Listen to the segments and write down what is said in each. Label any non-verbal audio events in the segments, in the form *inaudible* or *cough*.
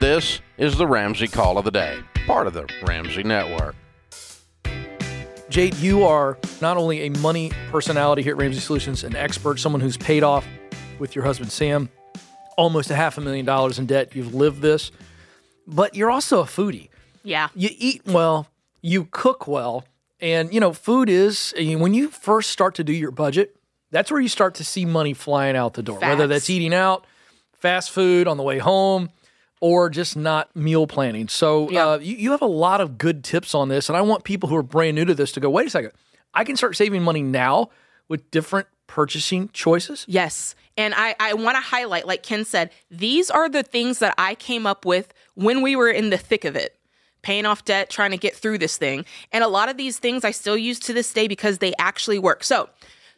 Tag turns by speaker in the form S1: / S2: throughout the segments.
S1: This is the Ramsey Call of the Day, part of the Ramsey Network.
S2: Jade, you are not only a money personality here at Ramsey Solutions, an expert, someone who's paid off with your husband Sam almost a half a million dollars in debt. You've lived this, but you're also a foodie.
S3: Yeah.
S2: You eat well, you cook well, and you know, food is when you first start to do your budget, that's where you start to see money flying out the door. Whether
S3: Facts.
S2: that's eating out, fast food on the way home, or just not meal planning. So uh,
S3: Yeah.
S2: you, you have a lot of good tips on this, and I want people who are brand new to this to go, wait a second, I can start saving money now with different purchasing choices.
S3: Yes. And I, I want to highlight, like Ken said, these are the things that I came up with when we were in the thick of it, paying off debt, trying to get through this thing. And a lot of these things I still use to this day because they actually work. So,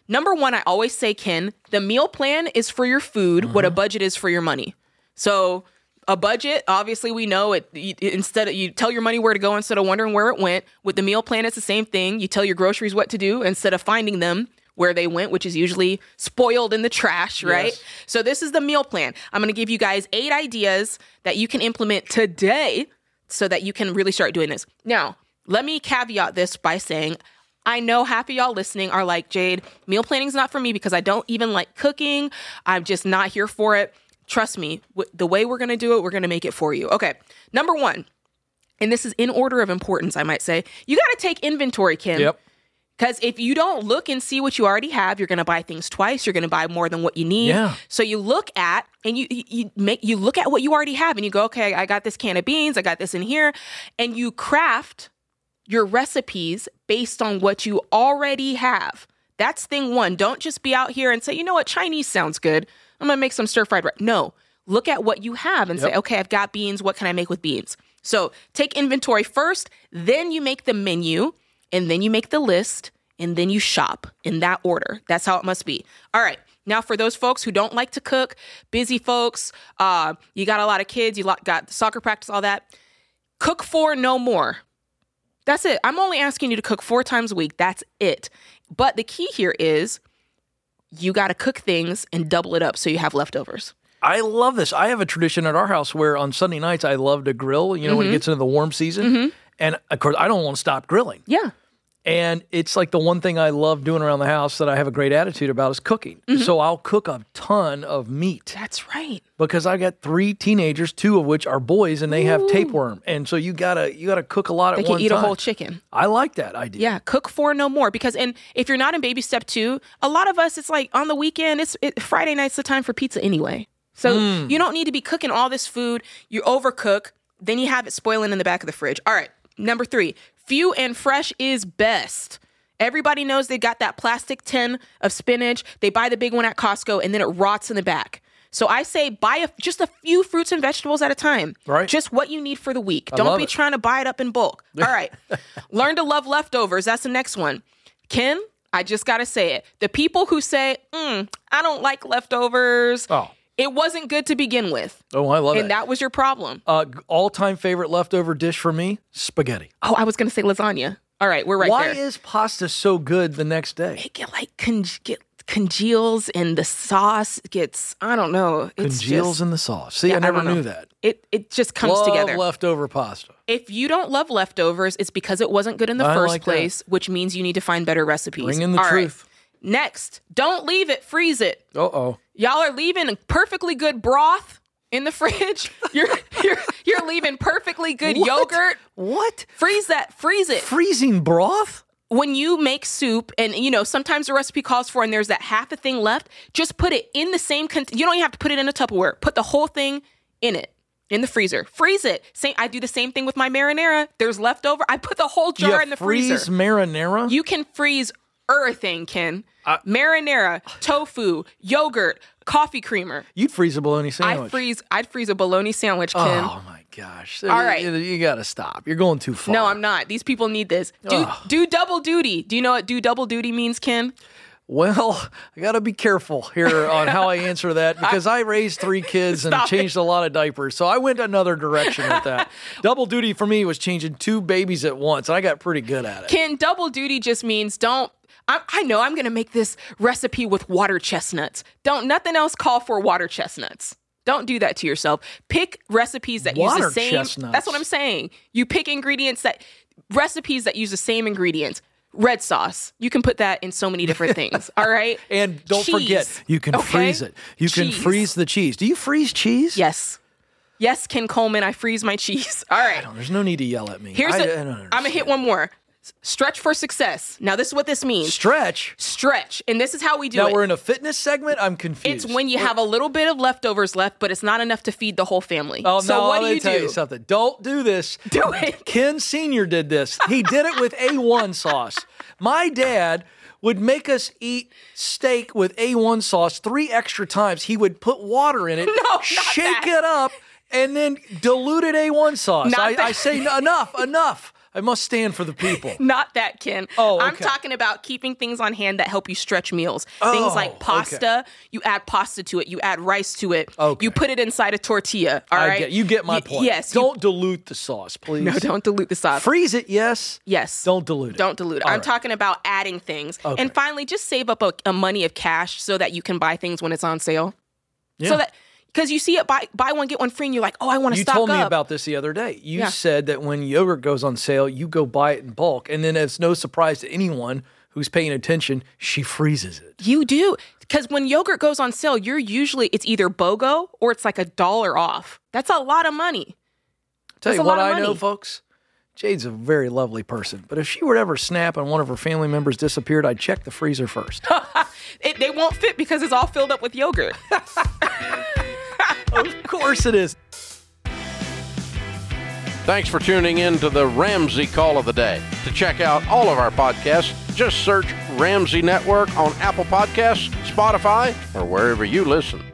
S3: number one, I always say, Ken, the meal plan is for your food, what a budget is for your money. So, a budget, obviously, we know it. You, instead, of, you tell your money where to go instead of wondering where it went. With the meal plan, it's the same thing. You tell your groceries what to do instead of finding them where they went, which is usually spoiled in the trash, right? So, this is the meal plan. I'm going to give you guys eight ideas that you can implement today so that you can really start doing this. Now, let me caveat this by saying, I know half of y'all listening are like, Jade, meal planning's not for me because I don't even like cooking. I'm just not here for it. Trust me, w- the way we're gonna do it, we're gonna make it for you. Okay, number one, and this is in order of importance, I might say, you gotta take inventory, Kim.
S2: Yep.
S3: Because if you don't look and see what you already have, you're going to buy things twice. You're going to buy more than what you need.
S2: Yeah.
S3: So you look at and you, you you make you look at what you already have, and you go, okay, I got this can of beans, I got this in here, and you craft your recipes based on what you already have. That's thing one. Don't just be out here and say, you know what, Chinese sounds good. I'm gonna make some stir fried rice. No, look at what you have and say, okay, I've got beans. What can I make with beans? So take inventory first, then you make the menu, and then you make the list, and then you shop in that order. That's how it must be. All right. Now, for those folks who don't like to cook, busy folks, uh, you got a lot of kids, you lot, got soccer practice, all that. Cook for no more. That's it. I'm only asking you to cook four times a week. That's it. But the key here is you got to cook things and double it up so you have leftovers.
S2: I love this. I have a tradition at our house where on Sunday nights I love to grill, you know, when it
S3: Mm-hmm.
S2: gets into the warm season. And of course, I don't want to stop grilling.
S3: Yeah.
S2: And it's like the one thing I love doing around the house that I have a great attitude about is cooking.
S3: Mm-hmm.
S2: So I'll cook a ton of meat
S3: That's right.
S2: because I've got three teenagers, two of which are boys and they have tapeworm. And so you gotta you gotta cook a lot at
S3: They
S2: one
S3: can eat
S2: time.
S3: a whole chicken.
S2: I like that idea.
S3: Yeah, cook for no more because and if you're not in baby step 2, a lot of us it's like on the weekend, it's it, Friday night's the time for pizza anyway. So you don't need to be cooking all this food, you overcook, then you have it spoiling in the back of the fridge. All right. Number 3, few and fresh is best. Everybody knows they got that plastic tin of spinach. They buy the big one at Costco and then it rots in the back. So I say buy a, just a few fruits and vegetables at a time.
S2: Right.
S3: Just what you need for the week.
S2: love
S3: Don't be
S2: it.
S3: trying to buy it up
S2: *laughs*
S3: in bulk. All right. Learn to love leftovers. That's the next one. Ken, I just got to say it. The people who say, mm, I don't like leftovers,
S2: Oh.
S3: it wasn't good to begin with.
S2: Oh, I love
S3: And
S2: it.
S3: that was your problem.
S2: uh, all time favorite leftover dish for me, spaghetti.
S3: Oh, I was going to say lasagna. All right. We're right
S2: Why
S3: there.
S2: is pasta so good the next day?
S3: it get, like conge- get, congeals and the sauce gets, I don't know. It's
S2: Congeals
S3: just-
S2: in the sauce. See, I
S3: I
S2: never
S3: don't know.
S2: knew that.
S3: it, it just comes
S2: love
S3: together.
S2: leftover pasta.
S3: if you don't love leftovers, it's because it wasn't good in the
S2: I
S3: first
S2: like that.
S3: place, which means you need to find better recipes.
S2: Bring in the
S3: All right.
S2: truth.
S3: Next, don't leave it, freeze it.
S2: Uh oh.
S3: Y'all are leaving perfectly good broth in the *laughs* fridge. You're you're you're leaving perfectly good
S2: What?
S3: yogurt.
S2: What?
S3: Freeze that, freeze it.
S2: Freezing broth?
S3: When you make soup and you know, sometimes the recipe calls for and there's that half a thing left, just put it in the same con- you don't even have to put it in a Tupperware. Put the whole thing in it. In the freezer. Freeze it. Same I do the same thing with my marinara. There's leftover. I put the whole jar
S2: you
S3: in the
S2: freeze
S3: freezer.
S2: marinara?
S3: You can freeze everything, Ken. Marinara, tofu, yogurt, coffee creamer.
S2: You'd freeze a bologna
S3: I
S2: sandwich.
S3: freeze. I'd freeze a bologna sandwich, Ken.
S2: Oh my gosh!
S3: All right.
S2: you, you gotta stop. You're going too far.
S3: No, I'm not. These people need this. Do do double duty. Do you know what do double duty means, Ken?
S2: Well, I gotta be careful here on how I answer
S3: *laughs*
S2: that because I raised three kids and
S3: Stop it.
S2: changed a lot of diapers, so I went another direction with
S3: *laughs*
S2: that. Double duty for me was changing two babies at once, and I got pretty good at it.
S3: Ken, double duty just means don't. I, I know I'm gonna make this recipe with water chestnuts. Don't nothing else call for water chestnuts. Don't do that to yourself. Pick recipes that
S2: Water
S3: use the same.
S2: chestnuts.
S3: That's what I'm saying. You pick ingredients that recipes that use the same ingredients. Red sauce. You can put that in so many different
S2: *laughs*
S3: things. All right.
S2: And don't forget,
S3: Cheese,
S2: you can
S3: okay?
S2: freeze it. You can
S3: Cheese.
S2: freeze the cheese. Do you freeze cheese?
S3: Yes. Yes, Ken Coleman. I freeze my cheese. *laughs* All right.
S2: Oh, There's no need to yell at me.
S3: Here's
S2: I,
S3: a-
S2: I don't
S3: I'm
S2: understand.
S3: gonna hit one more. S- Stretch for success. Now this is what this means.
S2: Stretch.
S3: Stretch, and this is how we do
S2: Now
S3: it.
S2: we're in a fitness segment. I'm confused.
S3: it's when you have a little bit of leftovers left, but it's not enough to feed the whole family.
S2: Oh,
S3: so
S2: no, I'm
S3: what do
S2: gonna
S3: you
S2: tell
S3: do?
S2: you something. Don't do this.
S3: *laughs* Do it.
S2: Ken Sr. did this. He did it with
S3: *laughs*
S2: A1 sauce. My dad would make us eat steak with A1 sauce three extra times. He would put water
S3: *laughs*
S2: in it,
S3: not
S2: shake
S3: that.
S2: it up, and then diluted A1 sauce.
S3: Not
S2: I, I
S3: that.
S2: say enough, enough. I must stand for the
S3: *laughs*
S2: people.
S3: Not that, Ken.
S2: Oh,
S3: I'm
S2: okay.
S3: talking about keeping things on hand that help you stretch meals. things
S2: Oh, okay.
S3: like pasta. You add pasta to it. You add rice to it.
S2: Okay.
S3: You put it inside a tortilla. All
S2: I
S3: right.
S2: get, you get my
S3: Y-
S2: point.
S3: Yes. you-
S2: Don't dilute the sauce, please.
S3: *laughs* no, don't dilute the sauce.
S2: Freeze it, yes.
S3: yes.
S2: Don't dilute it.
S3: Don't dilute. it.
S2: All
S3: I'm
S2: right.
S3: talking about adding things. And finally, just save up a, a money of cash so that you can buy things when it's on sale.
S2: Yeah.
S3: So that because you see it buy buy one get one free and you're like, oh, I want to
S2: You
S3: stock
S2: told me
S3: up.
S2: about this the other day. You
S3: Yeah.
S2: said that when yogurt goes on sale, you go buy it in bulk, and then it's no surprise to anyone who's paying attention, she freezes it.
S3: you do because when yogurt goes on sale, you're usually it's either BOGO or it's like a dollar off. That's a lot of money.
S2: Tell
S3: That's
S2: you
S3: a
S2: what
S3: lot
S2: I
S3: of
S2: know,
S3: money.
S2: folks. Jade's a very lovely person, but if she were to ever snap and one of her family members disappeared, I'd check the freezer first. *laughs*
S3: It, they won't fit because it's all filled up with yogurt.
S2: of course it is.
S1: Thanks for tuning in to the Ramsey Call of the Day. To check out all of our podcasts, just search Ramsey Network on Apple Podcasts, Spotify, or wherever you listen.